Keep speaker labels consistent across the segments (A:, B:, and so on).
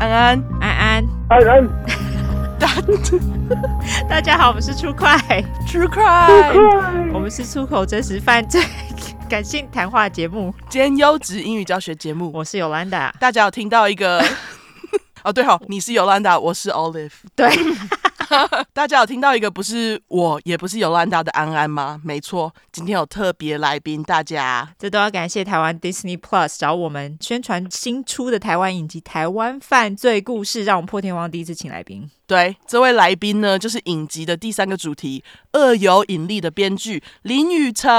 A: 安，
B: 安安，
C: 安安，
B: 大家好，我们是出快，
A: 出快，
B: 我们是出口真实犯罪 感性谈话节目，
A: 兼优质英语教学节目。
B: 我是尤兰达，
A: 大家有听到一个？哦，对哦，你是 Yolanda，我是 Olive。
B: 对，
A: 大家有听到一个不是我，也不是 Yolanda 的安安吗？没错，今天有特别来宾，大家
B: 这都要感谢台湾 Disney Plus 找我们宣传新出的台湾影集《台湾犯罪故事》，让我们破天荒第一次请来宾。
A: 对这位来宾呢，就是影集的第三个主题《恶有引力》的编剧林雨辰。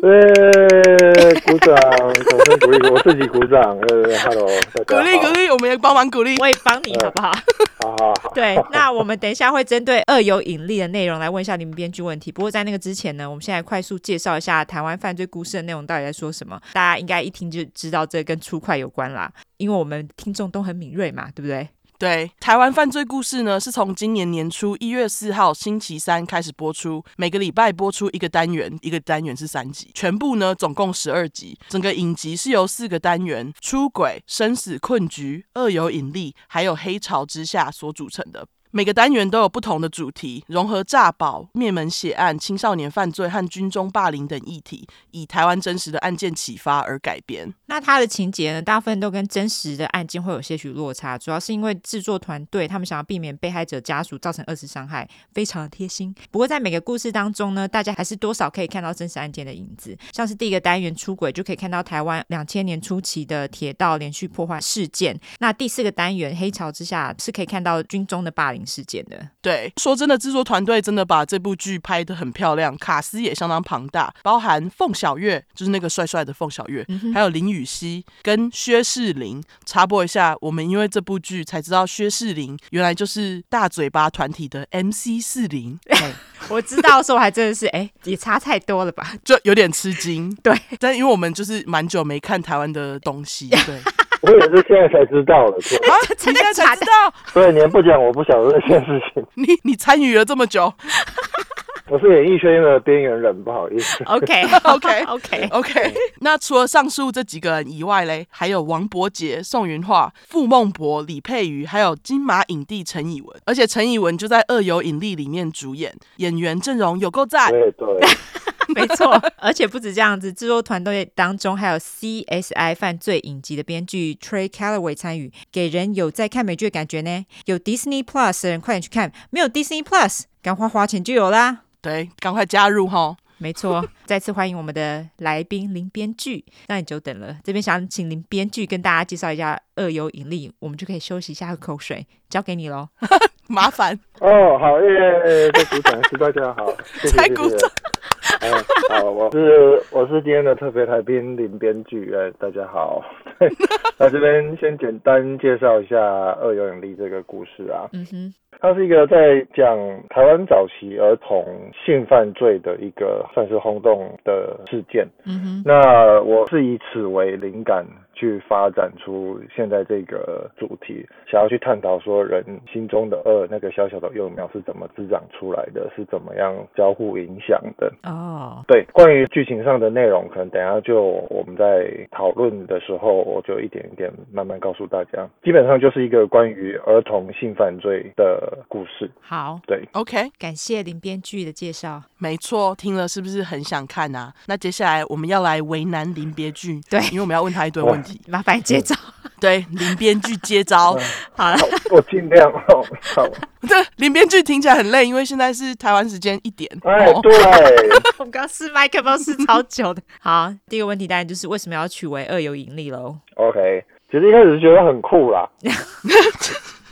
C: 对，哎鼓掌，掌声鼓励，我自己鼓掌，对对对，Hello，
A: 鼓
C: 大家好，
A: 励鼓励，我们也帮忙鼓励。
B: 我也帮你好不好？
C: 好好 好，
B: 对，那我们等一下会针对二有引力的内容来问一下你们编剧问题。不过在那个之前呢，我们先来快速介绍一下台湾犯罪故事的内容到底在说什么。大家应该一听就知道这跟出快有关啦，因为我们听众都很敏锐嘛，对不对？
A: 对，台湾犯罪故事呢，是从今年年初一月四号星期三开始播出，每个礼拜播出一个单元，一个单元是三集，全部呢总共十二集。整个影集是由四个单元——出轨、生死困局、恶有引力，还有黑潮之下所组成的。每个单元都有不同的主题，融合诈保、灭门血案、青少年犯罪和军中霸凌等议题，以台湾真实的案件启发而改编。
B: 那它的情节呢，大部分都跟真实的案件会有些许落差，主要是因为制作团队他们想要避免被害者家属造成二次伤害，非常的贴心。不过在每个故事当中呢，大家还是多少可以看到真实案件的影子，像是第一个单元出轨就可以看到台湾两千年初期的铁道连续破坏事件，那第四个单元黑潮之下是可以看到军中的霸凌事件的。
A: 对，说真的，制作团队真的把这部剧拍得很漂亮，卡斯也相当庞大，包含凤小岳，就是那个帅帅的凤小岳，还有林雨熙跟薛仕凌。插播一下，我们因为这部剧才知道薛仕凌原来就是大嘴巴团体的 MC 四零，哎
B: 我知道的时候，我还真的是哎、也差太多了吧？
A: 就有点吃惊。
B: 对，
A: 但因为我们就是蛮久没看台湾的东西，对，
C: 我也是现在才知道的，对
A: 啊，你现在才知道，
C: 对，你们不讲，我不晓得这件事情，
A: 你你参与了这么久
C: 我是演艺圈的边缘人，不好意 思。
B: OK
A: OK
B: OK，
A: OK，那 除了上述这几个人以外嘞，还有王伯杰、宋云桦、傅孟博、李佩瑜，还有金马影帝陈以文，而且陈以文就在《恶有引力》里面主演，演员阵容有够 赞。
C: 对对，
B: 没错，而且不止这样子，制作团队当中还有 CSI 犯罪影集的编剧 Trey Calloway 参与，给人有在看美剧的感觉呢。有 Disney Plus 的人快点去看，没有 Disney Plus，赶快花钱就有啦。
A: 对，赶快加入哈！
B: 没错， 再次欢迎我们的来宾林编剧，让你久等了。这边想请林编剧跟大家介绍一下《恶有引力》，我们就可以休息一下喝口水，交给你喽。
A: 麻烦，
C: 哦，好耶，在鼓掌，是大家好，谢谢
A: 在
C: 谢
A: 鼓
C: 谢。嗯，好，我是我是今天的特别来宾林编剧，哎，大家好。 对，那这边先简单介绍一下《恶有引力》这个故事啊。
B: 嗯哼，
C: 它是一个在讲台湾早期儿童性犯罪的一个算是轰动的事件。
B: 嗯哼，
C: 那我是以此为灵感去发展出现在这个主题，想要去探讨说人心中的恶那个小小的幼苗是怎么滋长出来的，是怎么样交互影响的。
B: 哦，
C: 对，关于剧情上的内容，可能等一下就我们在讨论的时候，我就一点一点慢慢告诉大家。基本上就是一个关于儿童性犯罪的故事。
B: 好，
C: 对，
A: OK，
B: 感谢林编剧的介绍。
A: 没错，听了是不是很想看啊？那接下来我们要来为难林编剧，
B: 对
A: 因为我们要问他一堆问题。
B: 麻烦接着，
A: 对，林编剧接招。
B: 好了，
C: 我我尽量哦。好，
A: 对，林编剧听起来很累，因为现在是台湾时间一点。
C: 哎，
A: 哦
C: 对，
B: 我们刚试麦克风试超久的。好，第一个问题当然就是为什么要取为二有盈利喽？
C: OK，其实一开始觉得很酷啦。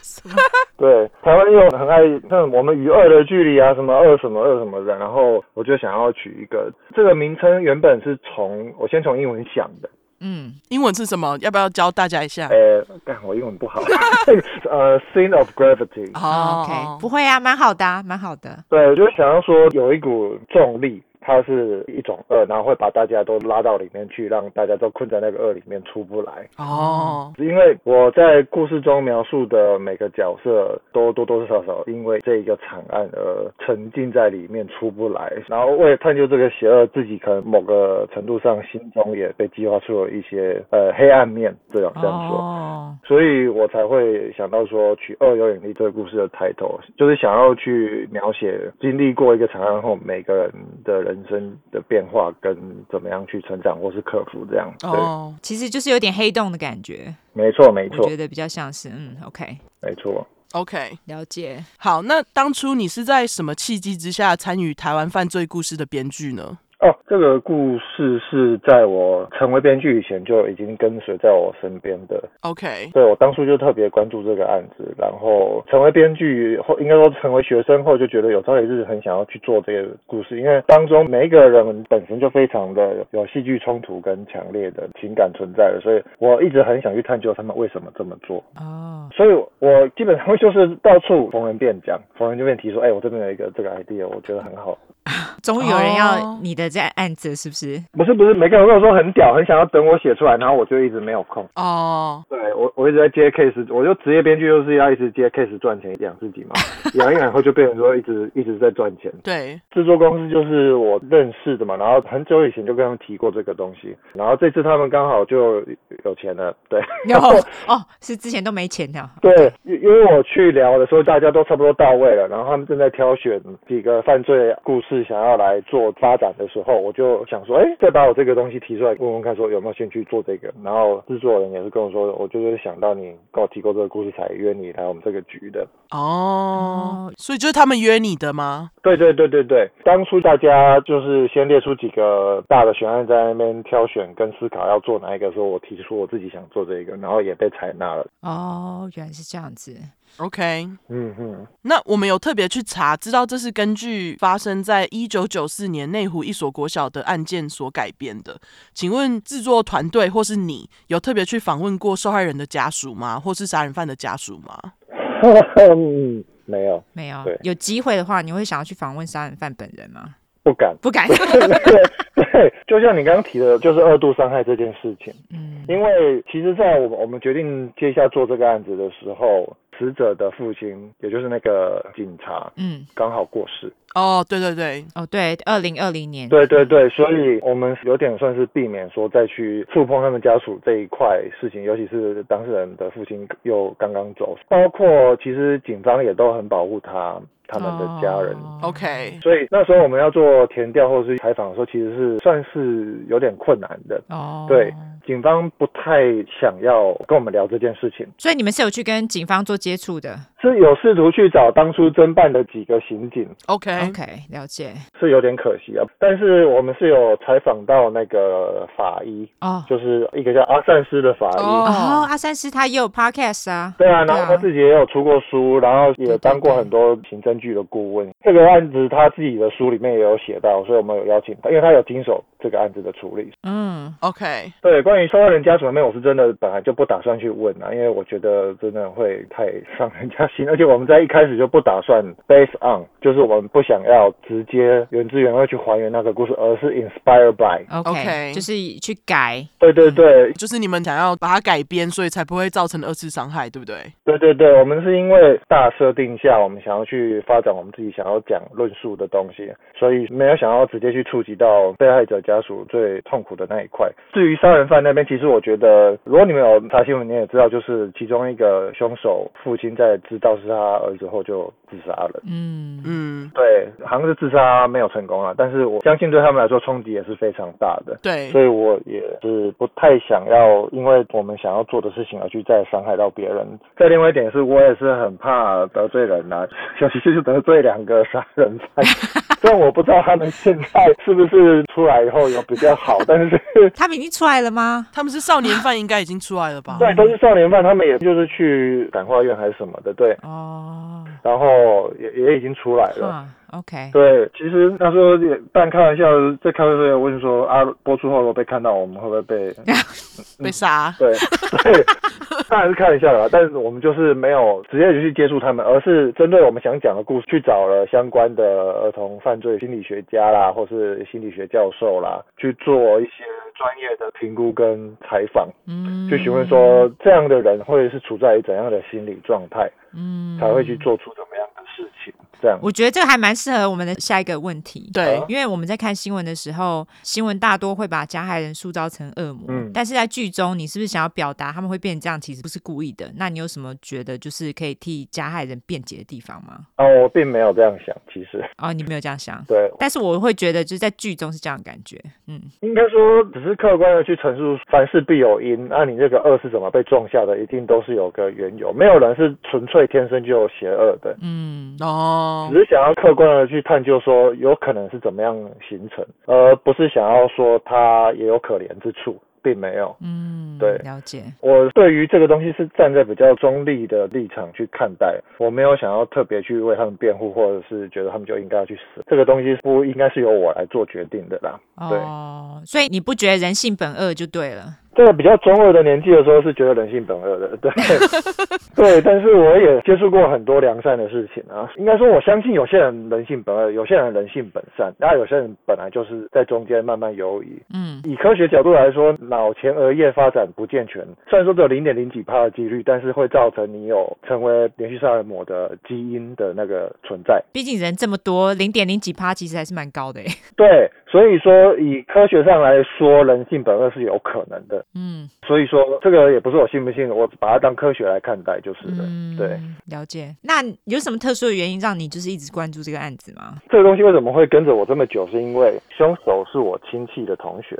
B: 什么
C: 对，台湾又很爱像我们与二的距离啊，什么二什么二什么的，然后我就想要取一个这个名称，原本是从我先从英文想的，
B: 嗯，
A: 英文是什么？要不要教大家一下？
C: 呃，干我英文不好， 呃，Sin of Gravity，
A: 哦
B: 啊 OK，不会啊，蛮好的、啊，蛮好的。
C: 对，我就想要说有一股重力。它是一种恶，然后会把大家都拉到里面去，让大家都困在那个恶里面出不来。
A: 哦，
C: 因为我在故事中描述的每个角色都多多少少因为这一个惨案而沉浸在里面出不来，然后为了探究这个邪恶，自己可能某个程度上心中也被激发出了一些呃黑暗面，这样这样说。
B: 哦，
C: 所以我才会想到说取《恶有引力》这个故事的抬头，就是想要去描写经历过一个惨案后每个人的人生的变化跟怎么样去成长或是克服这样。对，
A: 哦，
B: 其实就是有点黑洞的感觉，
C: 没错，没
B: 我
C: 错
B: 觉，得比较像是嗯，OK，
C: 没错。
A: OK，
B: 了解。
A: 好，那当初你是在什么契机之下参与台湾犯罪故事的编剧呢？
C: 哦，这个故事是在我成为编剧以前就已经跟随在我身边的
A: OK，
C: 对我当初就特别关注这个案子，然后成为编剧后，应该说成为学生后，就觉得有朝一日很想要去做这个故事，因为当中每一个人本身就非常的有戏剧冲突跟强烈的情感存在的，所以我一直很想去探究他们为什么这么做。
B: 哦，
C: 所以我基本上就是到处逢人便讲，逢人就便提说，哎、我这边有一个这个 idea，我觉得很好。
B: 终于有人要
A: 哦
B: 你的这案子，是不 是？
C: 不是不是，每个人跟我说很屌，很想要等我写出来，然后我就一直没有空。
A: 哦，
C: 对我，我一直在接 case，我就职业编剧就是要一直接 case 赚钱 养自己嘛，养一养后就变成说一直一直在赚钱。
A: 对，
C: 制作公司就是我认识的嘛，然后很久以前就跟他们提过这个东西，然后这次他们刚好就有钱了，对
B: 有哦，是之前都没钱的。
C: 对，因因为我去聊的时候大家都差不多到位了，然后他们正在挑选几个犯罪故事想要来做发展的时候，我就想说，哎，再把我这个东西提出来问问看，说有没有兴趣做这个，然后制作人也是跟我说，我就是想到你跟我提过这个故事才约你来我们这个局的，
A: 哦，所以就是他们约你的吗？
C: 对对对对对，当初大家就是先列出几个大的悬案，在那边挑选跟思考要做哪一个，时候我提出我自己想做这个，然后也被采纳了。
B: 哦，原来是这样子。
A: OK，
C: 嗯 哼，
A: 那我们有特别去查，知道这是根据发生在一九九四年内湖一所国小的案件所改编的。请问制作团队或是你有特别去访问过受害人的家属吗？或是杀人犯的家属吗？
C: 嗯没有，
B: 没有啊
C: 对，
B: 有机会的话，你会想要去访问杀人犯本人吗？
C: 不敢。
B: 不 敢。
C: 对，就像你刚刚提的，就是二度伤害这件事情。
B: 嗯，
C: 因为其实，在我们我们决定接下做这个案子的时候，死者的父亲，也就是那个警察，
B: 嗯，
C: 刚好过世。
A: 哦，对对对，
B: 哦，对，二零二零年，
C: 对对对，所以我们有点算是避免说再去触碰他们家属这一块事情，尤其是当事人的父亲又刚刚走，包括其实警方也都很保护他他们的家人。
B: 哦
A: OK，
C: 所以那时候我们要做填调或是采访的时候，其实是算是有点困难的。
B: 哦，
C: 对，警方不太想要跟我们聊这件事情，
B: 所以你们是有去跟警方做接触的。
C: 是有试图去找当初侦办的几个刑警，
A: OK，
B: OK，了解。
C: 是有点可惜啊。但是我们是有采访到那个法医，
B: 哦，
C: 就是一个叫阿善师的法医。
A: 哦
B: 哦，阿三师他也有 podcast 啊。
C: 对啊，
B: 对
C: 然
B: 啊
C: 后他自己也有出过书，然后也当过很多刑侦剧的顾问。这个案子他自己的书里面也有写到，所以我们有邀请他，因为他有经手这个案子的处理。
B: 嗯，
A: OK，
C: 对，关于受害人家属方面，我是真的本来就不打算去问啊，因为我觉得真的会太伤人家心，而 且我们在一开始就不打算 based on，就是我们不想要直接原汁原味去还原那个故事，而是 inspired by。
B: OK，,
A: OK
B: 就是去改。
C: 对对对，
A: 就是你们想要把它改编，所以才不会造成二次伤害，对不对？
C: 对对对，我们是因为大设定下，我们想要去发展我们自己想要讲论述的东西，所以没有想要直接去触及到被害者家属最痛苦的那一块。至于杀人犯那边，其实我觉得，如果你们有查新闻，你也知道，就是其中一个凶手父亲在知道是他儿子后就自杀了。
B: 嗯，
A: 嗯，
C: 对，好像是自杀没有成功了，但是我相信对他们来说冲击也是非常大的。
A: 对
C: 所以我也是不太想要，因为我们想要做的事情而去再伤害到别人。再另外一点是，我也是很怕得罪人呐、 尤其是得罪两个杀 人犯。虽然我不知道他们现在是不是出来以后有比较好，但 是？
B: 他们已经出来了吗？
A: 他们是少年犯，应该已经出来了吧
C: 对都是少年犯，他们也就是去感化院还是什么的，对。
B: 哦，
C: 然后也也已经出来了。
B: 哈，OK，
C: 啊对，其实那时候也半开玩笑，在开会的时候也问说啊，播出后如果被看到，我们会不会被？
A: 被杀
C: 对对，当然是开玩笑啦。但是我们就是没有直接就去接触他们，而是针对我们想讲的故事，去找了相关的儿童犯罪心理学家啦，或是心理学教授啦，去做一些专业的评估跟采访，
B: 嗯，
C: 去询问说这样的人会是处在于怎样的心理状态，嗯，才会去做出怎么样的事情，这样。
B: 我觉得这个还蛮适合我们的下一个问题。
A: 对
C: 好，
B: 因为我们在看新闻的时候，新闻大多会把加害人塑造成恶魔，
C: 嗯
B: 但是在剧中，你是不是想要表达他们会变成这样，其实不是故意的？那你有什么觉得就是可以替加害人辩解的地方吗？
C: 啊，我并没有这样想，其实
B: 哦，你没有这样想，
C: 对，
B: 但是我会觉得就是在剧中是这样的感觉，嗯，
C: 应该说，只是客观的去陈述，凡事必有因。那、你这个恶是怎么被种下的，一定都是有个缘由，没有人是纯粹天生就有邪恶的。
B: 嗯，
A: 哦
C: 只，是想要客观的去探究，说有可能是怎么样形成，而不是想要说它也有可怜之处，并没有。
B: 嗯，
C: 对
B: 了解，
C: 我对于这个东西是站在比较中立的立场去看待，我没有想要特别去为他们辩护，或者是觉得他们就应该要去死。这个东西不应该是由我来做决定的啦。对
B: 哦，所以你不觉得人性本恶就对了，
C: 这个比较中二的年纪的时候是觉得人性本恶的，对，对，但是我也接触过很多良善的事情啊。应该说，我相信有些人人性本恶，有些人人性本善，那有些人本来就是在中间慢慢游移。
B: 嗯，
C: 以科学角度来说，脑前额叶发展不健全，虽然说只有零点零几趴的几率，但是会造成你有成为连续杀人魔的基因的那个存在。
B: 毕竟人这么多，零点零几趴其实还是蛮高的耶，欸
C: 对，所以说以科学上来说，人性本恶是有可能的。
B: 嗯，
C: 所以说，这个也不是我信不信，我把它当科学来看待就是了。
B: 嗯，
C: 对，，
B: 了解。那有什么特殊的原因让你就是一直关注这个案子吗？
C: 这个东西为什么会跟着我这么久，是因为凶手是我亲戚的同学，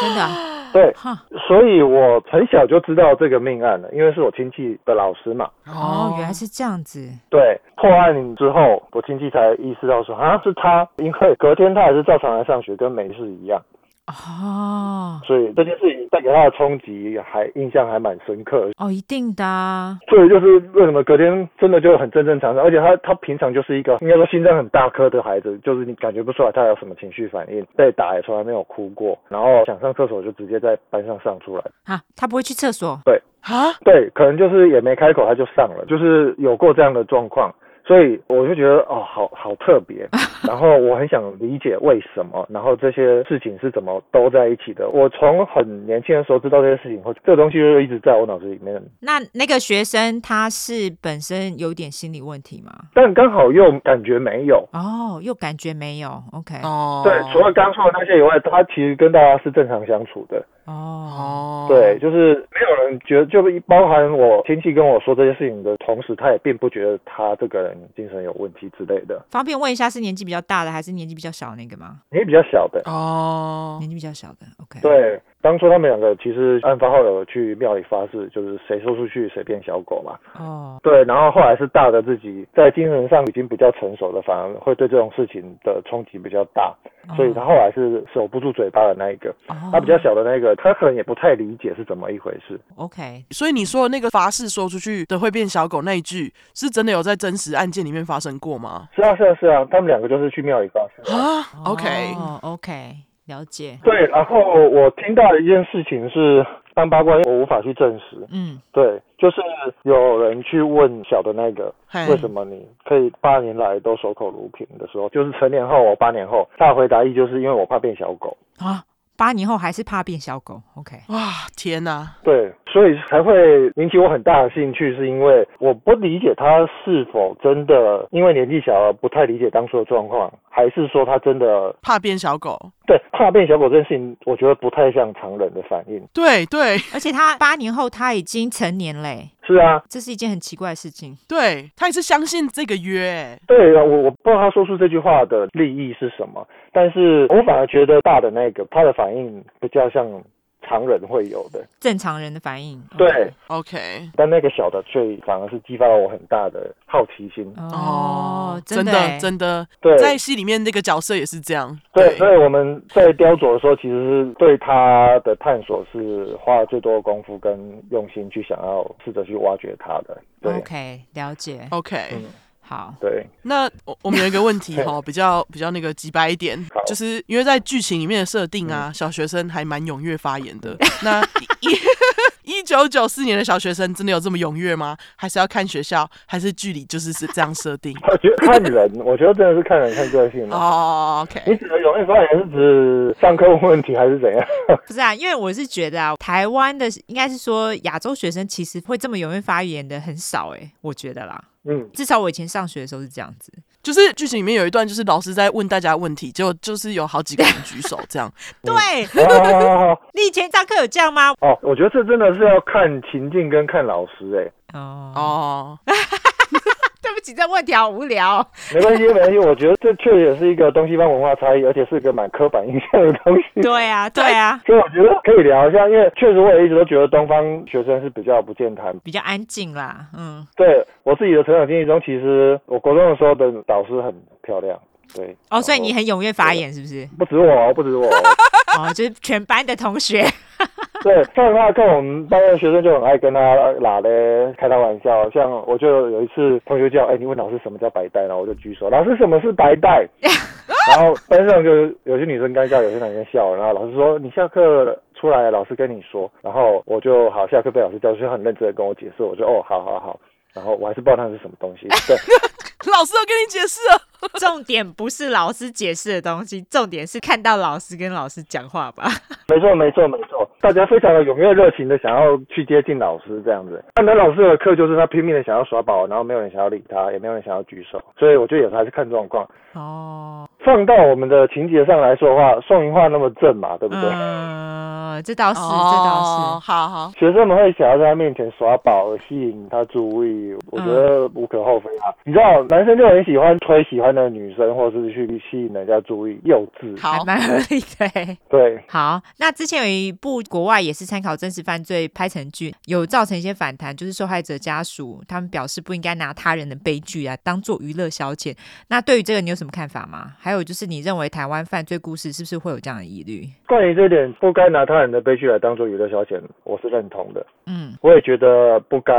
B: 真的 啊、
C: 对，
B: 哈
C: 所以我很小就知道这个命案了，因为是我亲戚的老师嘛。
B: 哦，原来是这样子，
C: 对，破案之后，我亲戚才意识到说啊是他，因为隔天他还是照常来上学，跟没事一样，
B: 哦
C: 所以这件事情带给他的冲击还印象还蛮深刻。
B: 哦，一定的啊、
C: 所以就是为什么隔天真的就很正正常常，而且他他平常就是一个应该说心脏很大颗的孩子，就是你感觉不出来他有什么情绪反应，被打也从来没有哭过，然后想上厕所就直接在班上上出来，
B: 啊，他不会去厕所，
A: 啊，
C: 对，可能就是也没开口他就上了，就是有过这样的状况。所以我就觉得哦，好好特别，然后我很想理解为什么，然后这些事情是怎么都在一起的。我从很年轻的时候知道这些事情后，这个东西就一直在我脑子里面
B: 那那个学生他是本身有点心理问题吗？
C: 但刚好又感觉没有，
B: 哦，又感觉没有，OK，
A: 哦，
B: 哦
C: 对，除了刚说的那些以外，他其实跟大家是正常相处的。
A: 哦，
C: 对，，就是没有人觉得，就包含我亲戚跟我说这些事情的同时，他也并不觉得他这个人精神有问题之类的。
B: 方便问一下是年纪比较大的还是年纪比较小的那个吗？
C: 你比较小的，
A: 哦，
B: 年纪比较小的，OK，，
C: 对，当初他们两个其实案发后有去庙里发誓，就是谁说出去谁变小狗嘛。
B: 哦，
C: 对，然后后来是大的自己在精神上已经比较成熟的，反而会对这种事情的冲击比较大，
A: 哦
C: 所以他后来是守不住嘴巴的那一个。
B: 哦
C: 他比较小的那个，他可能也不太理解是怎么一回事。
B: OK，
A: 所以你说的那个发誓说出去的会变小狗那一句，是真的有在真实案件里面发生过吗？
C: 是啊，是啊，是啊，他们两个就是去庙里发誓。
A: 啊，OK，
B: 哦，OK，了解，
C: 对，然后我听到一件事情是，当八卦我无法去证实。
B: 嗯，
C: 对，就是有人去问小的那个，
A: 嘿
C: 为什么你可以八年来都守口如瓶的时候，就是成年后我八年后，他的回答一就是因为我怕变小狗。
B: 啊，八年后还是怕变小狗，OK，
A: 哇，天哪、
C: 对，所以才会引起我很大的兴趣，是因为我不理解他是否真的因为年纪小而不太理解当初的状况，还是说他真的
A: 怕变小狗，
C: 对怕变小狗这件事情，我觉得不太像常人的反应。
A: 对对
B: 而且他八年后他已经成年嘞，
C: 是啊，
B: 这是一件很奇怪的事情。
A: 对，他也是相信这个约、欸，
C: 对啊，我我不知道他说出这句话的利益是什么，但是我反而觉得大的那个他的反应比较像常人会有的，
B: 正常人的反应，
C: 对，
A: OK，
C: 但那个小的却反而是激发了我很大的好奇心。
B: 哦，
A: 真
B: 的，
A: 真的，
C: 对
A: 在戏里面那个角色也是这样，
C: 对，所以我们在雕琢的时候，其实是对他的探索是花了最多的功夫跟用心去想要试着去挖掘他的。对
B: OK，了解。
A: ，OK，
C: 嗯
B: 好，
C: 对，
A: 那我我们有一个问 题哈，比较比较那个直白一点
C: 好，嗯
A: 就是因为在剧情里面的设定啊，小学生还蛮踊跃发言 的。那一一 九九四年的小学生真的有这么踊跃吗？还是要看学校，还是剧里就是是这样设 定？
C: 我觉得看人，我觉得真的是看人看个性嘛。
A: 哦，OK、
C: 你
A: o k
C: 指的容易发言是指上课问问题还是怎样？
B: 不是啊，因为我是觉得啊，台湾的应该是说亚洲学生其实会这么踊跃发言的很少诶、我觉得啦，
C: 嗯，
B: 至少我以前上学的时候是这样子。
A: 就是剧情里面有一段，就是老师在问大家问题，结果就是有好几个人举手这样。
C: 嗯
B: 对
C: 哦
B: 你以前上课有这样吗？
C: 哦，我觉得这真的是要看情境跟看老师哎、
B: 哦，
A: 哦，
B: 对不起，这问题好无聊哦。
C: 没关系，没关系。我觉得这确实也是一个东西方文化差异，而且是一个蛮刻板印象的东西。
B: 对啊， 对啊，
C: 所以我觉得可以聊一下，因为确实我也一直都觉得东方学生是比较不健谈。
B: 比较安静啦，嗯，
C: 对我自己的成长经历中，其实我国中的时候的导师很漂亮。对
B: 哦，所以你很踊跃发言是不是？
C: 不止我，不止我。
B: 哦，就是全班的同学。
C: 对，像他跟我们班的学生就很爱跟他拉嘞，开他玩笑。像我就有一次同学叫，哎、你问老师什么叫白带，然后我就举手，老师什么是白带？然后班上就有些女生尴尬，有些男生笑，然后老师说你下课出来，老师跟你说。然后我就好，下课被老师叫，就很认真的跟我解释，我就哦，好好好。然后我还是不知道那是什么东西。对，
A: 老师都跟你解释了。
B: 重点不是老师解释的东西，重点是看到老师跟老师讲话吧。
C: 没错，没错，没错，大家非常的踊跃热情的想要去接近老师这样子。但那老师的课就是他拼命的想要耍宝，然后没有人想要理他，也没有人想要举手，所以我觉得也还是看状况。
B: 哦，
C: 放到我们的情节上来说的话，宋银化那么正嘛，对不对？
B: 嗯、这倒是，这
A: 哦，
B: 倒
A: 好好，
C: 学生们会想要在他面前耍宝，吸引他注意，我觉得无可厚非啊。你知道，男生就很喜欢推喜欢的女生，或是去吸引人家注意，幼
B: 是，
C: 稚。
B: 还
A: 好，
B: 蛮合理的欸。
C: 对，
B: 好，那之前有一部国外也是参考真实犯罪拍成剧，有造成一些反弹，就是受害者家属他们表示不应该拿他人的悲剧啊当做娱乐消遣。那对于这个你有什么看法吗？还有就是你认为台湾犯罪故事是不是会有这样的疑虑？
C: 关于这一点，不该拿他人的悲剧来当做娱乐消遣，我是认同的。
B: 嗯，
C: 我也觉得不该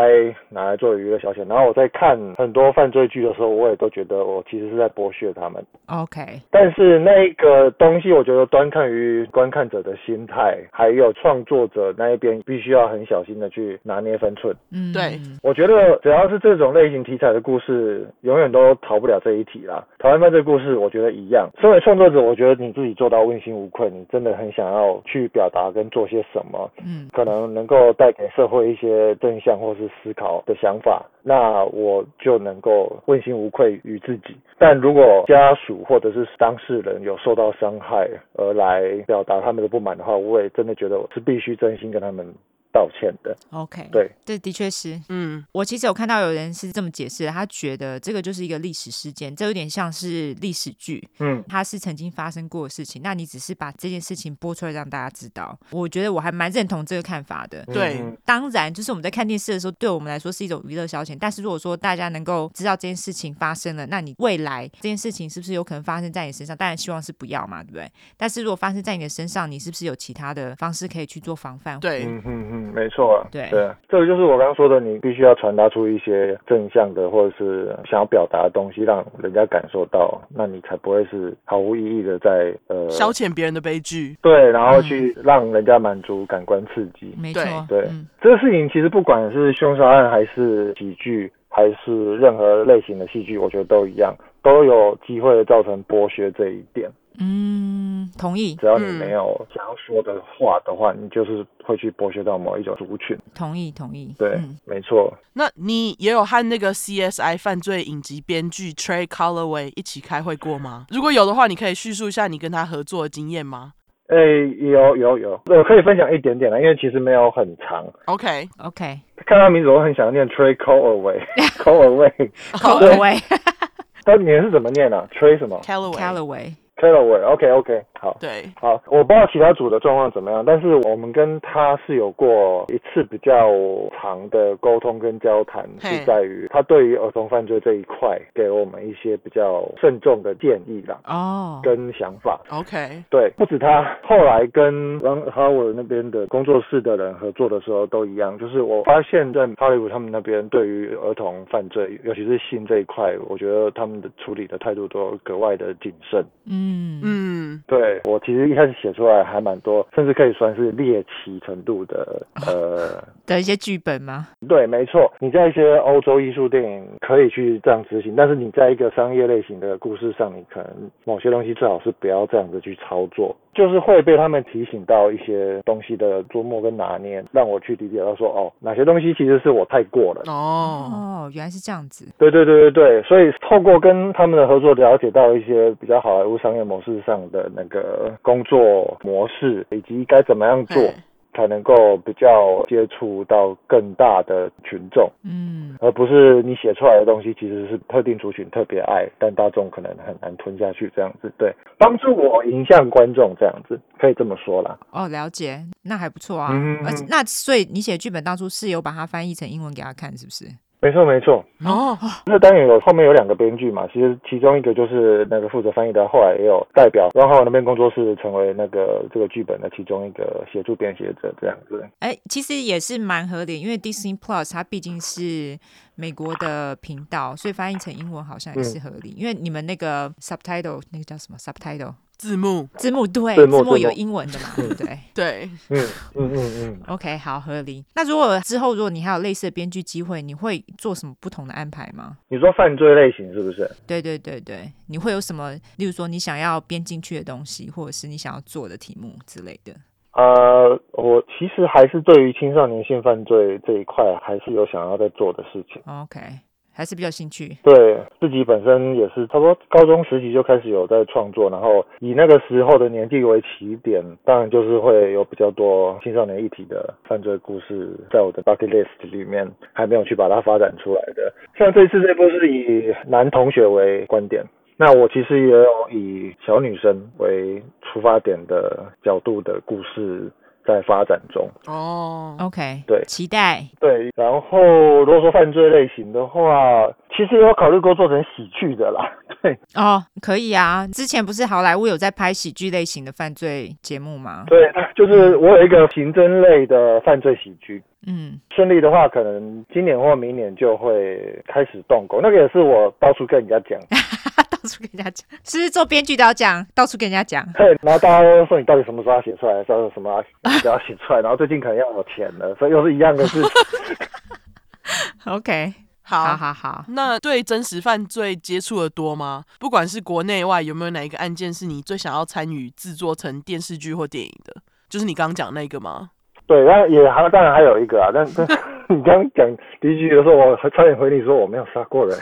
C: 拿来做娱乐消遣。然后我在看很多犯罪剧的时候，我也都觉得我其实是在剥削他们。
B: OK，
C: 但是那个东西，我觉得端看于观看者的心态，还有创作者那一边必须要很小心的去拿捏分寸。
B: 嗯，
A: 对
C: 我觉得只要是这种类型题材的故事，永远都逃不了这一题啦。台湾犯罪故事，我觉得一样。身为创作者，我觉得你自己做到问心无愧，你真的很想要去表达跟做些什么，
B: 嗯，
C: 可能能够带给社会一些正向或是思考的想法，那我就能够问心无愧于自己。但如果家属或者是当事人有受到伤害而来表达他们的不满的话，我也真的觉得我是必须真心跟他们道歉的。
B: ，OK，
C: 对，
B: 这的确是，
A: 嗯，
B: 我其实有看到有人是这么解释的，他觉得这个就是一个历史事件，这有点像是历史剧，
C: 嗯，
B: 它是曾经发生过的事情。那你只是把这件事情播出来让大家知道，我觉得我还蛮认同这个看法的。
A: 对
C: 嗯
B: 当然，就是我们在看电视的时候，对我们来说是一种娱乐消遣。但是如果说大家能够知道这件事情发生了，那你未来这件事情是不是有可能发生在你身上？当然希望是不要嘛，对不对？但是如果发生在你的身上，你是不是有其他的方式可以去做防范？
A: 对，
C: 嗯嗯嗯，没错啊，
B: 对
C: 对啊，这个就是我刚刚说的，你必须要传达出一些正向的或者是想要表达的东西，让人家感受到，那你才不会是毫无意义的在呃
A: 消遣别人的悲剧，
C: 对，然后去让人家满足感官刺激。
B: 没错，
A: 对
C: 对
B: 嗯，
C: 这个事情其实不管是凶杀案还是喜剧，还是任何类型的戏剧，我觉得都一样，都有机会造成剥削这一点。
B: 嗯，同意，
C: 只要你
A: 嗯
C: 没有想要说的话的话，你就是会去剥削到某一种族群。
B: 同意，同意，
C: 对，
B: 嗯
C: 没错。
A: 那你也有和那个 CSI 犯罪影集编剧 Trey Colloway 一起开会过吗？如果有的话，你可以叙述一下你跟他合作的经验吗
C: 哎、有有有，我可以分享一点点啊啦，因为其实没有很长。
A: ？OK，
B: OK，
C: 看他名字，我很想念 Trey Callaway，Callaway，
B: 口味
C: 他你是怎么念啊？Trey 什么
A: Calloway，
B: Callaway，
C: ？Callaway。OK OK，好。
A: 对，
C: 好，我不知道其他组的状况怎么样，但是我们跟他是有过一次比较长的沟通跟交谈，
A: 嘿
C: 是在于他对于儿童犯罪这一块给我们一些比较慎重的建议啦，
B: 哦，
C: 跟想法。
A: OK，
C: 对，不止他，后来跟 Ron Howard 那边的工作室的人合作的时候都一样，就是我发现，在好莱坞他们那边对于儿童犯罪，尤其是性这一块，我觉得他们的处理的态度都格外的谨慎。
B: 嗯嗯
A: 嗯，
C: 对我其实一开始写出来还蛮多，甚至可以算是猎奇程度的，呃，
B: 的一些剧本吗？
C: 对，没错，你在一些欧洲艺术电影可以去这样执行，但是你在一个商业类型的故事上，你可能某些东西最好是不要这样子去操作，就是会被他们提醒到一些东西的琢磨跟拿捏，让我去理解到说，哦，哪些东西其实是我太过了。
A: 哦，
B: 哦，原来是这样子。
C: 对对对对对，所以透过跟他们的合作，了解到一些比较好莱坞商业模式上的那个工作模式，以及该怎么样哦做
A: 嘿
C: 才能够比较接触到更大的群众。
B: 嗯，
C: 而不是你写出来的东西其实是特定族群特别爱，但大众可能很难吞下去这样子。对，帮助我迎向观众这样子，可以这么说啦。
B: 哦，了解，那还不错啊。
C: 嗯
B: 而且那所以你写剧本当初是有把它翻译成英文给他看，是不是？
C: 没错没错，
A: 哦，
C: 那单元有后面有两个编剧嘛，其实其中一个就是那个负责翻译的，后来也有代表然后那边工作室成为那个这个剧本的其中一个协助编写者这样子。
B: 哎，其实也是蛮合理，因为 Disney Plus 它毕竟是美国的频道，所以翻译成英文好像也是合
C: 嗯
B: 理。因为你们那个 subtitle 那个叫什么 subtitle
A: 字幕，
B: 字幕对
C: 字幕字幕
B: 有英文的嘛，对不对
A: 对，
C: 嗯嗯嗯
B: ？OK，好合理。那如果之后如果你还有类似的编剧机会，你会做什么不同的安排吗
C: 嗯？，你说犯罪类型是不是？
B: 对对对对，你会有什么？例如说你想要编进去的东西，或者是你想要做的题目之类的。
C: 呃，我其实还是对于青少年性犯罪这一块还是有想要在做的事情。
B: OK，还是比较兴趣。
C: 对自己本身也是差不多高中时期就开始有在创作，然后以那个时候的年纪为起点，当然就是会有比较多青少年议题的犯罪故事在我的 bucket list 里面，还没有去把它发展出来的。像这次这部是以男同学为观点。那我其实也有以小女生为出发点的角度的故事在发展中，
A: 哦，
B: OK，
C: 对
B: 期待。
C: 对。然后如果说犯罪类型的话，其实也有考虑过做成喜剧的啦， 对。
B: 哦，可以啊！之前不是好莱坞有在拍喜剧类型的犯罪节目吗？
C: 对，就是我有一个刑侦类的犯罪喜剧，
B: 嗯，
C: 顺利的话，可能今年或明年就会开始动工。那个也是我到处跟人家讲，
B: 到处跟人家讲，是不是做编剧都要讲，到处跟人家讲。
C: 嘿，然后大家都说你到底什么时候要写出来，到底什么时候要写出来，然后最近可能要有钱了，所以又是一样的事。
B: OK，好
A: 好。
B: 好好。
A: 那对真实犯罪接触的多吗？不管是国内外，有没有哪一个案件是你最想要参与制作成电视剧或电影的？就是你刚刚讲那个吗？
C: 对，然后也还当然还有一个啊，但 但你刚刚讲第一句的时候，我差点回你说我没有杀过人。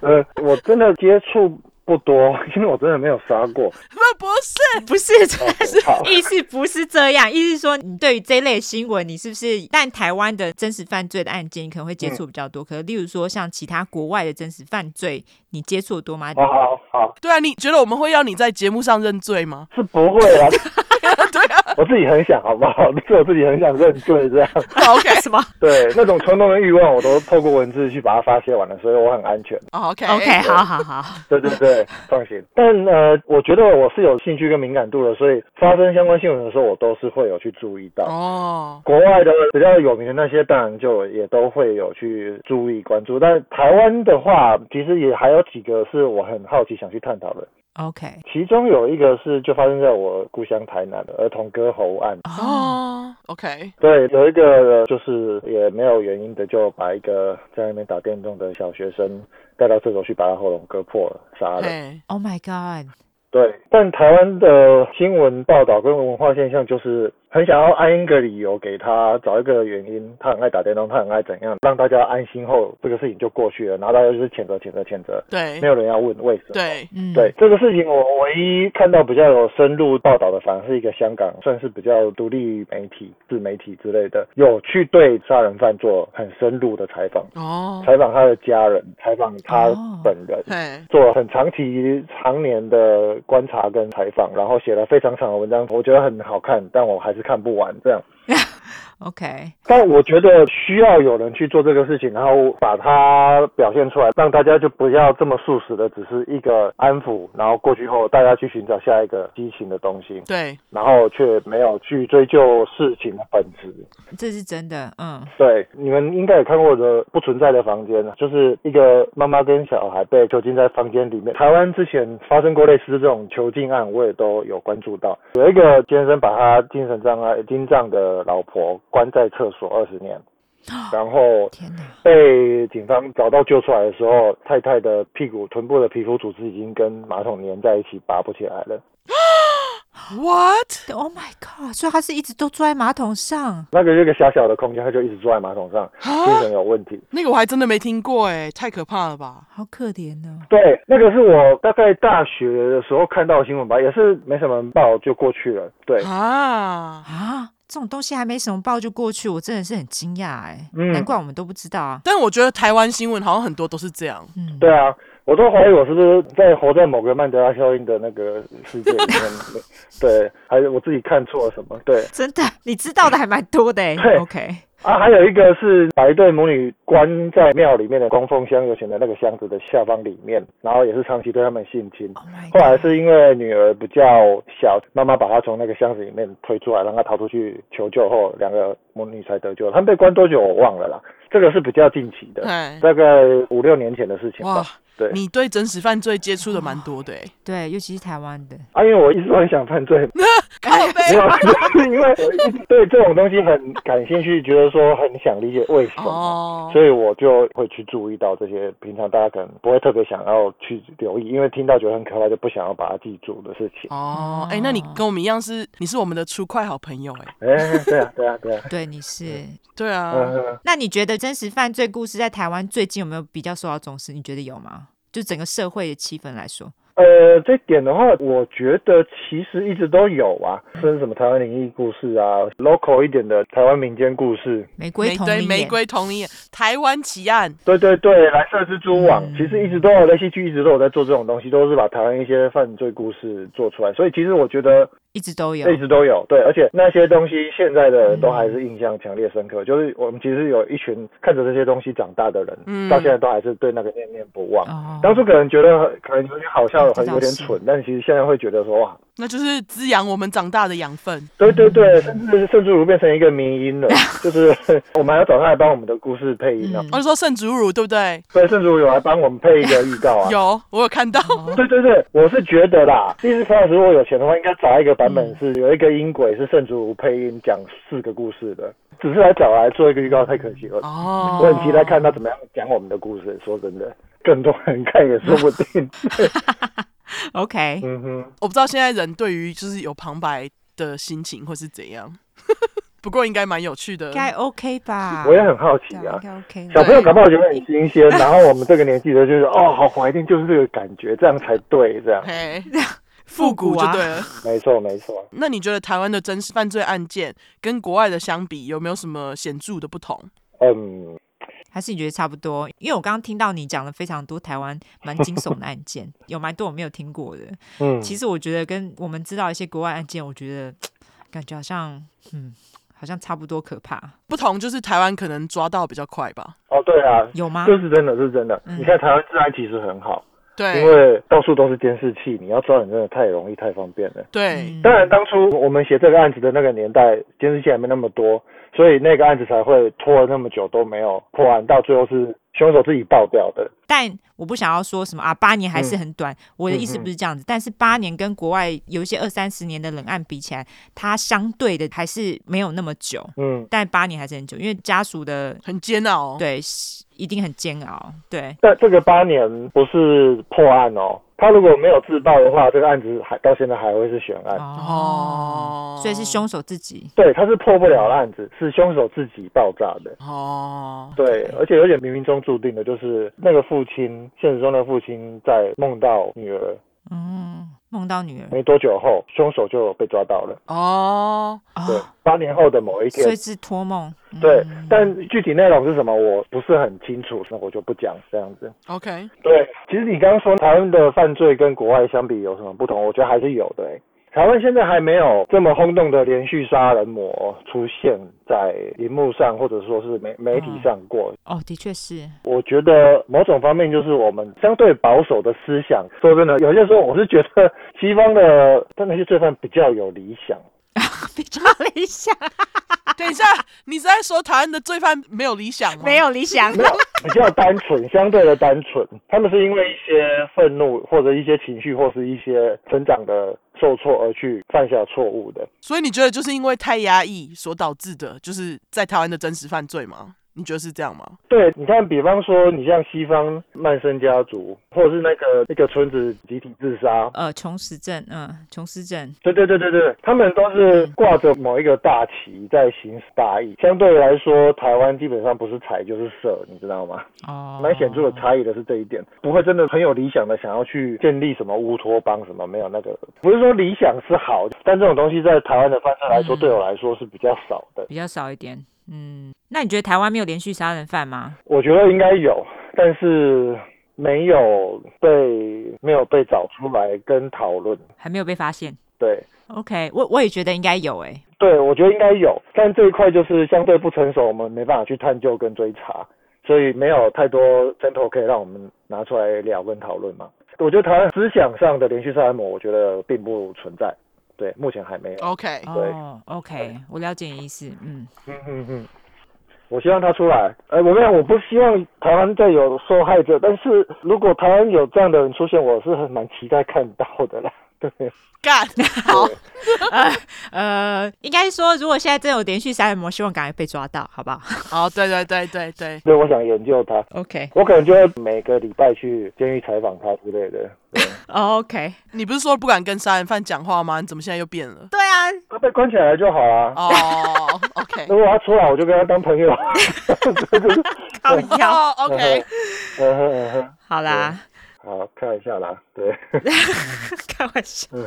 C: 呃，我真的接触不多，因为我真的没有杀过。哦
A: 不，不是，
B: 不是，
C: 好
B: 意思不是这样，意思是说你对于这类新闻，你是不是？但台湾的真实犯罪的案件，你可能会接
C: 嗯
B: 触比较多。可是例如说像其他国外的真实犯罪，你接触得多吗？
C: 好好好，
A: 对啊，你觉得我们会要你在节目上认罪吗？
C: 是不会啊，
A: 对啊
C: 我自己很想，好不好？ 是我自己很想认罪这样。
A: ，OK，
B: 什么
C: 对，那种冲动的欲望，我都透过文字去把它发泄完了，所以我很安全。
A: o k
B: ？OK，好好好，
C: 对对对， 放心。但呃，我觉得我是有兴趣跟敏感度的，所以发生相关新闻的时候，我都是会有去注意到。
A: 哦，
C: 国外的比较有名的那些，当然就也都会有去注意关注。但台湾的话，其实也还有几个是我很好奇想去探讨的。
B: ，OK，
C: 其中有一个是就发生在我故乡台南的儿童割喉案。
B: 哦，
A: 哦，OK，
C: 对，有一个就是也没有原因的，就把一个在那边打电动的小学生带到厕所去，把他喉咙割破了，杀了。
A: 哎，
B: Oh my God，
C: 对，但台湾的新闻报道跟文化现象就是很想要安一个理由给他，找一个原因，他很爱打电动，他很爱怎样，让大家安心后，这个事情就过去了，然后大家就是谴责、谴责、谴责，
A: 对
C: 没有人要问为什么。
A: 对，
B: 嗯，
C: 对，这个事情，我唯一看到比较有深入报道的，反而是一个香港算是比较独立媒体、自媒体之类的，有去对杀人犯做很深入的采访，
A: 哦，
C: 采访他的家人，采访他本人。
A: 对，
C: 做了很长期、常年的观察跟采访，然后写了非常长的文章，我觉得很好看，但我还是看不完这样。
B: ，OK，
C: 但我觉得需要有人去做这个事情，然后把它表现出来，让大家就不要这么速食的，只是一个安抚，然后过去后大家去寻找下一个激情的东西，
A: 对，
C: 然后却没有去追究事情的本质。
B: 这是真的，嗯，
C: 对，你们应该也看过的《不存在的房间》，啊就是一个妈妈跟小孩被囚禁在房间里面。台湾之前发生过类似这种囚禁案，我也都有关注到。有一个先生把他精神障碍、精障的老婆关在厕所二十年，然后
B: 天哪，
C: 被警方找到救出来的时候，太太的屁股、臀部的皮肤组织已经跟马桶粘在一起，拔不起来了。
A: What？
B: ，Oh my God，所以他是一直都坐在马桶上，
C: 那个是一个小小的空间，他就一直坐在马桶上，精
A: 啊，
C: 神有问题。
A: 那个我还真的没听过哎，太可怕了吧？
B: 好可怜哦，
C: 对，那个是我大概大学的时候看到的新闻吧，也是没什么人报就过去了。对，
A: 哦啊，
B: 啊，这种东西还没什么报就过去，我真的是很惊讶哎，
C: 嗯
B: 难怪我们都不知道啊，
A: 但我觉得台湾新闻好像很多都是这样，
B: 嗯，
C: 对啊，我都怀疑我是不是在活在某个曼德拉效应的那个世界里面，对，还是我自己看错了什么？对
B: 真的，你知道的还蛮多的哎
C: 对
B: ，OK，
C: 啊，还有一个是把一对母女关在庙里面的供奉香油钱的那个箱子的下方里面，然后也是长期对他们性侵。
B: Oh my
C: 后来
B: god！
C: 是因为女儿比较小，妈妈把她从那个箱子里面推出来，让她逃出去求救后，两个母女才得救。他们被关多久我忘了啦，这个是比较近期的，
A: 哎，
C: 大概五六年前的事情
A: 哇
C: 吧。，对，
A: 你对真实犯罪接触的蛮多的哎，
B: 对，尤其是台湾的，
C: 啊，因为我一直都很想犯罪，
A: 靠
C: 没
A: 背
C: 有， 就是因为我一直对这种东西很感兴趣，觉得说很想理解为什么。
A: 哦，
C: 所以我就会去注意到这些平常大家可能不会特别想要去留意，因为听到觉得很可怕就不想要把它记住的事情。
A: 哦，哎，那你跟我们一样是，你是我们的出快好朋友哎，
C: 哎、对啊，对啊，对啊，
B: 对，你是。
A: 对啊，
C: 嗯。
B: 那你觉得真实犯罪故事在台湾最近有没有比较受到重视？你觉得有吗？就整个社会的气氛来说，
C: 呃，这点的话，我觉得其实一直都有啊，甚至什么台湾灵异故事啊，local 一点的台湾民间故事，
B: 玫瑰
A: 玫
B: 同理
A: 对
B: 眼
A: 玫瑰同理眼，台湾奇案，
C: 对对对，蓝色蜘蛛网，
B: 嗯
C: 其实一直都有在戏剧，一直都有在做这种东西，都是把台湾一些犯罪故事做出来，所以其实我觉得
B: 一直都有嗯
C: 一，直都有，对，而且那些东西现在的人都还是印象强烈深刻，就是我们其实有一群看着这些东西长大的人，
A: 嗯
C: 到现在都还是对那个念念不忘。
B: 哦，
C: 当初可能觉得很可能有点好笑，
B: 这
C: 很
B: 倒
C: 有点
B: 是
C: 蠢，但其实现在会觉得说哇，
A: 那就是滋养我们长大的养分。
C: 对对对，甚至甚至如变成一个迷音了，就是 我们还要找他来帮我们的故事配音啊。
B: 嗯
A: 我就哦说圣主乳对不对？
C: 对，甚至如有来帮我们配一个预告啊。
A: 有，我有看到。
B: 哦
C: 对对对，我是觉得啦，第四开如果有钱的话，应该找一个版本是有一个音轨是圣主如配音讲四个故事的，只是来找来做一个预告太可惜了。
A: 哦，
C: 我很期待看他怎么样讲我们的故事。说真的，更多人看也说不定。
B: OK，
C: 嗯哼，
A: 我不知道现在人对于就是有旁白的心情会是怎样， 不过应该蛮有趣的
B: 应。该 OK 吧？
C: 我也很好奇
B: 对
C: 啊
B: 应。该 OK
C: 小
B: 啦。
C: 朋友搞不好觉得很新鲜，然后我们这个年纪的就是哦，好怀念，就是这个感觉，这样才对，这样
A: 嘿，复
B: 复
A: 古
B: 古
A: 就
B: 啊
A: 对了。
C: 没错没错。
A: 那你觉得台湾的真实犯罪案件跟国外的相比，有没有什么显著的不同？
C: 嗯，
B: 还是你觉得差不多？因为我刚刚听到你讲了非常多台湾蛮惊悚的案件，有蛮多我没有听过的。
C: 嗯
B: 其实我觉得跟我们知道一些国外案件，我觉得感觉好像，嗯，好像差不多可怕，
A: 不同就是台湾可能抓到比较快吧。
C: 哦对啊，
B: 有吗？
C: 这是真的，这是真的。
B: 嗯
C: 你看台湾治安其实很好，因
A: 对
C: 为到处都是监视器，你要抓人真的太容易太方便了。
A: 对
B: 嗯
C: 当然，当初我们写这个案子的那个年代，监视器还没那么多，所以那个案子才会拖了那么久都没有破案，到最后是凶手自己爆掉的。
B: 但我不想要说什么啊，八年还是很短。我的意思
C: 嗯嗯
B: 不是这样子，但是八年跟国外有一些二三十年的冷案比起来，它相对的还是没有那么久，
C: 嗯，
B: 但八年还是很久，因为家属的
A: 很煎熬。
B: 对是一定很煎熬。对，
C: 但这个八年不是破案哦，他如果没有自爆的话，这个案子还到现在还会是悬
A: 哦
C: 案。
B: 哦，所以是凶手自己。
C: 对，他是破不了的案子，是凶手自己爆炸的。
A: 哦，
C: 对，而且有点冥冥中注定的，就是那个父亲，现实中的父亲在梦到女儿
B: 嗯，梦到女儿
C: 没多久后，凶手就被抓到了。
A: 哦，
C: 对
B: 哦，，
C: 八年后的某一
B: 所以
C: 天，
B: 是托梦。嗯
C: 对，但具体内容是什么我不是很清楚，那我就不讲这样子。
A: OK，
C: 对，其实你刚刚说台湾的犯罪跟国外相比有什么不同，我觉得还是有的、欸。台湾现在还没有这么轰动的连续杀人魔出现在荧幕上，或者说是媒媒体上过。
B: 哦，的确是。
C: 我觉得某种方面就是我们相对保守的思想。说真的，有些时候我是觉得西方的但那些罪犯比较有理想。
B: 比较理想，
A: 等一下，你是在说台湾的罪犯没有理想吗？
B: 没，有理想。
C: 没有，比较单纯，相对的单纯。他们是因为一些愤怒或者一些情绪或是一些成长的受挫而去犯下错误的。
A: 所以你觉得就是因为太压抑所导致的，就是在台湾的真实犯罪吗？你觉得是这样吗？
C: 对，你看，比方说，你像西方曼森家族，或者是那个那个村子集体自杀，
B: 呃，穷时症，嗯，穷时症，
C: 对对对对对，他们都是挂着某一个大旗在行使大义。相对来说，台湾基本上不是财就是色，你知道吗？
B: 哦，
C: 蛮显著的差异的是这一点，不会真的很有理想的想要去建立什么乌托邦什么，没有那个，不是说理想是好，但这种东西在台湾的犯罪来说，对我来说是比较少的。
B: 比较少一点。嗯，那你觉得台湾没有连续杀人犯吗？
C: 我觉得应该有，但是没有被没有被找出来跟讨论。
B: 还没有被发现。
C: 对
B: OK，我我也觉得应该有诶、
C: 对，我觉得应该有，但这一块就是相对不成熟，我们没办法去探究跟追查，所以没有太多针头可以让我们拿出来聊跟讨论嘛。我觉得台湾思想上的连续杀人魔，我觉得并不存在，对，目前还没有。
A: OK，
C: 对
B: 哦，OK，我了解你意思。嗯，
C: 嗯嗯嗯，我希望他出来。呃，我没有，我不希望台湾再有受害者，但是如果台湾有这样的人出现，我是很蛮期待看到的啦。 对，
A: 干，好，
B: 呃，应该说，如果现在真有连续杀人魔，希望赶快被抓到，好不好
A: 好，哦对对对对对，
C: 所以我想研究他，
B: ？OK，OK，、
C: 我可能就会每个礼拜去监狱采访他之类的。对
B: 哦
A: 你不是说不敢跟杀人犯讲话吗？你怎么现在又变了？
B: 对啊，
C: 他被关起来就好啊。
A: 哦，OK，
C: 如果他出来，我就跟他 当朋友。
B: 靠腰。
A: 哦，OK，
B: 哎
C: 嗯哼嗯哼，
B: 好啦，
C: 好，看一下啦。对，
B: 开玩笑
C: 嗯。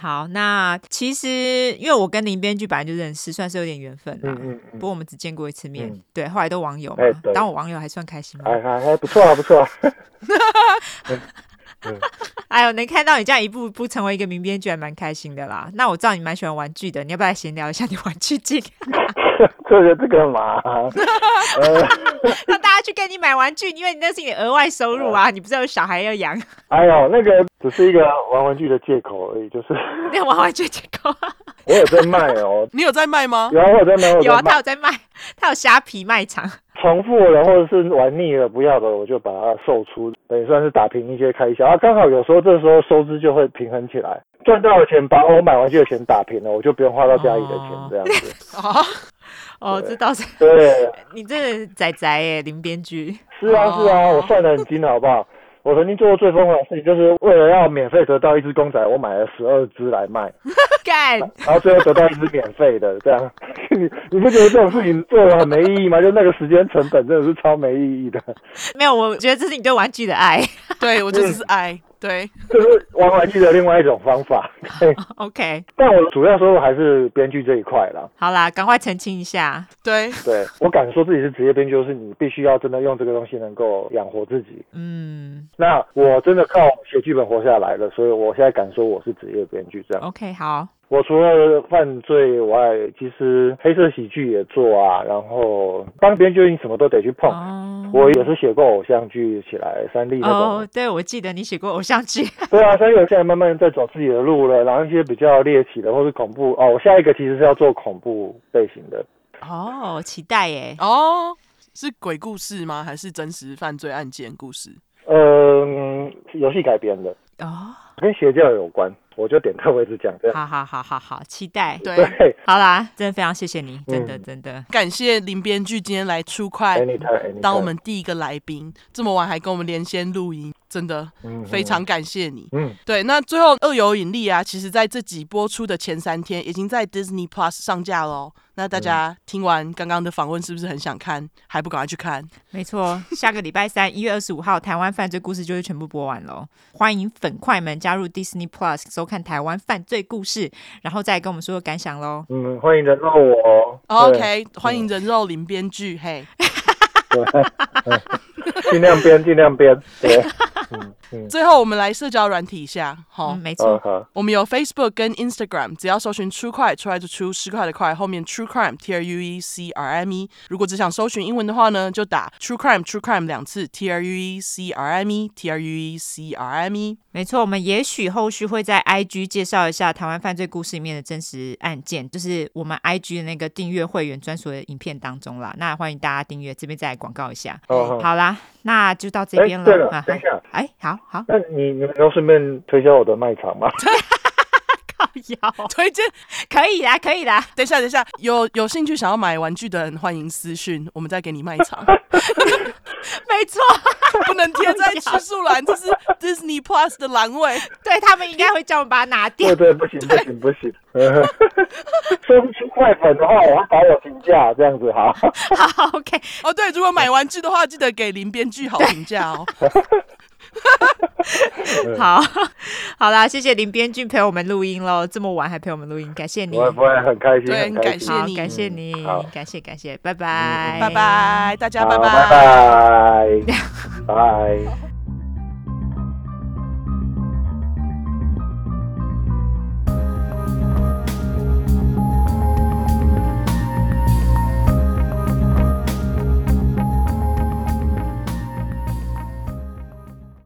B: 好，那其实因为我跟林编剧本来就认识，算是有点缘分啦。
C: 嗯嗯
B: 不过我们只见过一次面，
C: 嗯
B: 对，后来都网友嘛
C: 哎，对
B: 当我网友还算开心吗？
C: 哎还还不错啊，不错啊。
B: 哎呦，能看到你这样一步一步成为一个名编剧，还蛮开心的啦。那我知道你蛮喜欢玩具的，你要不要来闲聊一下你玩具 经？
C: 这个这个嘛，呃，
B: 让大家去跟你买玩具，因为你那是你的额外收入
C: 嗯
B: 啊，你不是有小孩要养，
C: 哎呦，那个只是一个玩玩具的借口而已， 就是
B: 那玩玩具结构啊
C: 我有在卖哦。
A: 你有在卖吗？
C: 有啊，我有在卖，我
B: 有啊，
C: 在卖
B: 他。有在卖，他有虾皮卖场。
C: 重复了或者是玩腻了不要的，我就把它售出，等于算是打平一些开销啊。刚好有时候这时候收支就会平衡起来，赚到的钱把我买玩具的钱打平了，我就不用花到家里的钱
B: 哦
C: 这样子。
A: 哦，
B: 哦，
C: 对
B: 这倒是，
C: 对，
B: 你这仔仔耶，林编剧。
C: 是啊，
A: 哦
C: 是啊，我算得很精，好不 好？我曾经做过最疯狂的事情，就是为了要免费得到一只公仔，我买了十二只来卖，
B: 干，
C: 然后最后得到一只免费的，这样 你你不觉得这种事情做的很没意义吗？就那个时间成本真的是超没意义的，
B: 没有，我觉得这是你对玩具的爱。
A: 对我就是爱，对，
C: 这是玩玩具的另外一种方法。对
B: OK，
C: 但我主要收入还是编剧这一块啦。
B: 好啦，赶快澄清一下。
A: 对，
C: 对我敢说自己是职业编剧，就是你必须要真的用这个东西能够养活自己。
B: 嗯
C: 那我真的靠写剧本活下来了，所以我现在敢说我是职业编剧这样。
B: ，OK，好，
C: 我除了犯罪以外，其实黑色喜剧也做啊，然后当编剧你什么都得去碰。
B: 哦。
C: 我也是写过偶像剧起来，三立那种。
B: 哦，对，我记得你写过偶像剧，
C: 对啊，三立现在慢慢在走自己的路了，然后一些比较猎奇的或是恐怖哦，我下一个其实是要做恐怖类型的。
B: 哦，期待耶。
A: 哦，是鬼故事吗？还是真实犯罪案件故事？
C: 嗯，游戏改编的，
B: 哦，
C: 跟邪教有关。我就点到为止讲这样。
B: 好好好好好，期待。
A: 对，
C: 对
B: 好啦，真的非常谢谢你，真的
C: 嗯
B: 真的。
A: 感谢林编剧今天来出
C: 哎
A: 快
C: ，anytime anytime，
A: 哎当我们第一个来宾，这么晚还跟我们连线录音，真的
C: 嗯
A: 非常感谢你。
C: 嗯
A: 对，那最后《恶有引力》啊，其实在这集播出的前三天，已经在 Disney Plus 上架喽。那大家听完刚刚的访问，是不是很想看？还不赶快去看？
B: 没错，下个礼拜三一月二十五号，台湾犯罪故事就会全部播完喽。欢迎粉块们加入 Disney Plus 收看台湾犯罪故事，然后再来跟我们说说感想喽。
C: 嗯，欢迎人肉我
A: 哦
C: 对
A: OK，欢迎人肉林编剧，嘿，
C: 尽量编尽量编， 对，嗯嗯，
A: 最后我们来社交软体一下，好。
B: 嗯，没错。
C: 嗯好，
A: 我们有 Facebook 跟 Instagram，只要搜寻 True Crime 出来就出十块的块，后面 True Crime T R U E C R M E。如果只想搜寻英文的话呢，就打 True Crime True Crime 两次 T R U E C R M E T R U E C R M E。
B: 没错，我们也许后续会在 IG 介绍一下台湾犯罪故事里面的真实案件，就是我们 IG 的那个订阅会员专属的影片当中啦。那欢迎大家订阅，这边再来广告一下。
C: 好好，
B: 好啦，那就到这边
C: 哎对了
B: 啊
C: 等一下
B: 哎，好好
C: 那你你们要顺便推销我的卖场吗？
B: 靠腰，
A: 推荐，
B: 可以啦，可以啦。
A: 等一下，等一下，有有兴趣想要买玩具的人，欢迎私讯，我们再给你卖场，
B: 没错，
A: 不能贴在叙述栏，这是 Disney Plus 的栏位。
B: 对他们应该会叫我们把它拿掉
C: 对。对，不行不行不行，说不出快粉的话，我会打我评价，这样子好。
B: 好，OK，
A: 哦，对，如果买玩具的话，记得给林编剧好评价哦。
B: 好，好啦，谢谢林编剧陪我们录音喽，这么晚还陪我们录音，感谢你
C: 不。会不会，很开心，
A: 对
C: 很开
A: 很
C: 心。
A: 感谢，
B: 好
A: 你
B: 感谢
C: 嗯
B: 你
C: 好，嗯
B: 感谢感谢，拜拜，
A: 拜。拜，大家
C: 好，
A: 拜
C: 拜拜，拜。